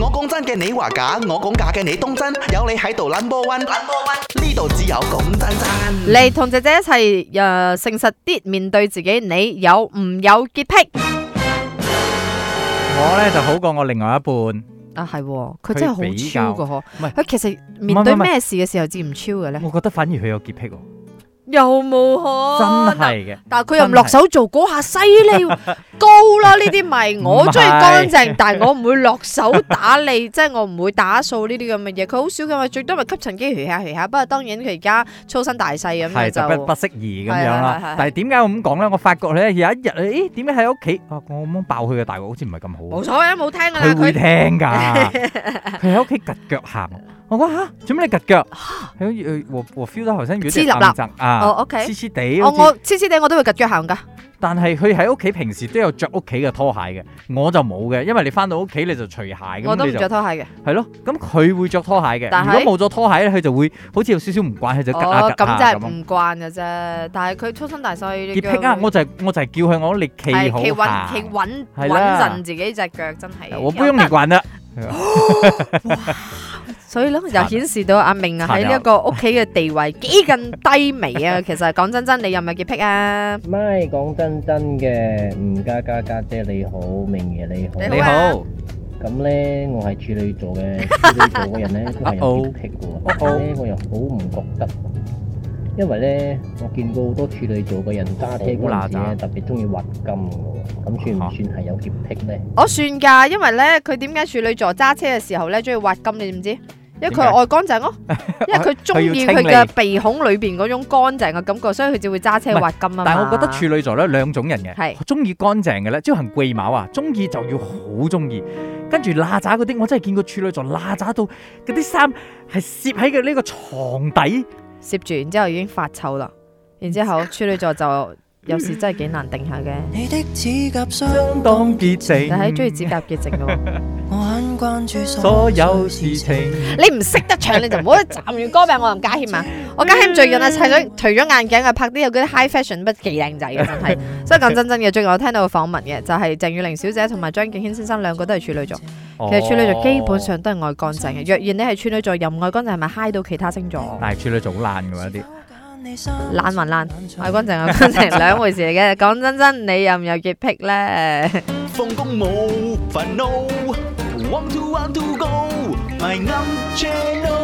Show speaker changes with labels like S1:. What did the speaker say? S1: 我講真嘅，你話假；我講假嘅，你當真。有你喺度 number one，number one，呢度只有講真真。
S2: 嚟同姐姐一齊诶、呃，诚实啲面對自己，你有唔有潔癖
S3: 我咧就好過我另外一半，我
S2: 啊？係喎，佢真係
S3: 佢比較
S2: 好超噶嗬
S3: 唔。係
S2: 佢其實
S3: 唔係
S2: 面
S3: 唔
S2: 對
S3: 係
S2: 咩事嘅時候至唔超嘅咧？
S3: 覺得反而佢有潔癖喎，
S2: 有冇可
S3: 真
S2: 能？
S3: 係嘅。
S2: 但係佢又唔
S3: 真係
S2: 落手做嗰下犀利喎高啦，呢啲咪我
S3: 唔係
S2: 中意乾淨，但係我唔會落手打理， 即係我唔會打掃呢啲咁嘅嘢。佢好少嘅嘛，最多咪吸塵機除下除下。不過當然佢而家粗身大細咁樣
S3: 係就
S2: 就
S3: 不不適宜咁
S2: 係
S3: 樣
S2: 係係
S3: 啦
S2: 係。
S3: 但係點解我咁講咧？我發覺咧有一日，誒點解喺屋企啊？我咁樣爆佢嘅大鑊，好似唔係咁好啊
S2: 冇。所謂啦，冇聽噶啦。
S3: 佢會
S2: 啊佢
S3: 聽㗎， 佢喺屋企趌腳行。我講嚇，做咩你趌腳？佢我我 feel 到好像有
S2: 啊黐
S3: 啲
S2: 立立
S3: 硬窒啊，
S2: 哦，OK
S3: 黐黐地
S2: 我
S3: 好似。
S2: 我黐黐地我都會趌腳行㗎。
S3: 但係佢喺屋企平時都有着屋企嘅拖鞋嘅，我就冇嘅，因為你翻到屋企你就除鞋
S2: 我
S3: 咁
S2: 都
S3: 你
S2: 唔
S3: 就
S2: 着拖鞋嘅。
S3: 係咯。咁佢會着拖鞋
S2: 但
S3: 嘅，
S2: 係
S3: 如果冇咗拖鞋咧，佢就會好似有少少唔慣，佢就趌
S2: 哦
S3: 下，
S2: 咁
S3: 趌下
S2: 真
S3: 咁
S2: 係
S3: 樣。
S2: 唔慣嘅啫。但係佢粗身大細呢
S3: 潔
S2: 啲
S3: 癖
S2: 腳
S3: 啊！
S2: 會
S3: 我就係我就係叫佢我話你企
S2: 係
S3: 好
S2: 企穩
S3: 行，
S2: 企穩
S3: 係
S2: 穩
S3: 啦
S2: 陣自己隻腳，真係。
S3: 我不用你慣啦。
S2: 所以咧又顯示到阿明啊
S3: 殘
S2: 喺
S3: 忍
S2: 呢一個屋企嘅地位幾咁低微 啊！其實講真真，你有冇潔癖啊？
S4: 咪講真真嘅，吳家家家姐你好，明爺你好。
S2: 你啊
S3: 你好，啊
S4: 咁呢，我係處女座嘅，處女座嘅人呢都係有潔癖嘅
S3: 啊
S4: 喎，
S3: 哦
S4: 但係呢我又好唔覺得，因為呢，我見過好多處女座嘅人揸車嗰陣時
S3: 好
S4: 呢
S3: 乸渣
S4: 特別中意滑金嘅喎，咁算唔算係有潔癖呢？
S2: 我算㗎，因為咧佢點解處女座揸車嘅時候咧中意挖金，你知唔知？因為佢
S3: 點解
S2: 愛乾 淨咯，因為佢中意佢
S3: 佢
S2: 嘅
S3: 要
S2: 鼻孔裏邊嗰種乾淨嘅感覺，所以佢就會揸車
S3: 唔係
S2: 挖金啊嘛
S3: 但係我覺得處女座咧兩種人
S2: 係
S3: 嘅，中意乾淨嘅咧，即係行貴馬啊，中意就要好中意，跟住嗱喳嗰啲，我真係見過處女座嗱喳到嗰啲衫係攝喺佢呢個床底，
S2: 攝住，然之後已經發臭啦。然之後處女座就有時真係幾難定下嘅，
S5: 你的指甲相當
S3: 當潔淨，
S2: 但係中意指甲潔淨嘅喎。
S5: 我很關注
S3: 所有事情。
S2: 你唔識得唱你就唔好站住歌名我林家謙啊！我家謙最近啊，除咗除咗眼鏡啊，拍啲有嗰啲 high fashion 不幾靚仔嘅真係。所以講真真嘅，最近我聽到個訪問嘅就係鄭裕玲小姐同埋張敬軒先生兩個都係處女座。其實處女
S3: 哦
S2: 座基本上都係愛乾淨嘅。若然你係處女座又唔愛乾淨，係咪嗨到其他星座
S3: 哦，？但係處女座好爛㗎嘛一啲，
S2: 懶還懶，愛乾淨愛乾淨兩回事嚟嘅。講真真，你有唔有潔癖咧？
S1: 放工冇煩惱，want to want to go，咪啱 channel。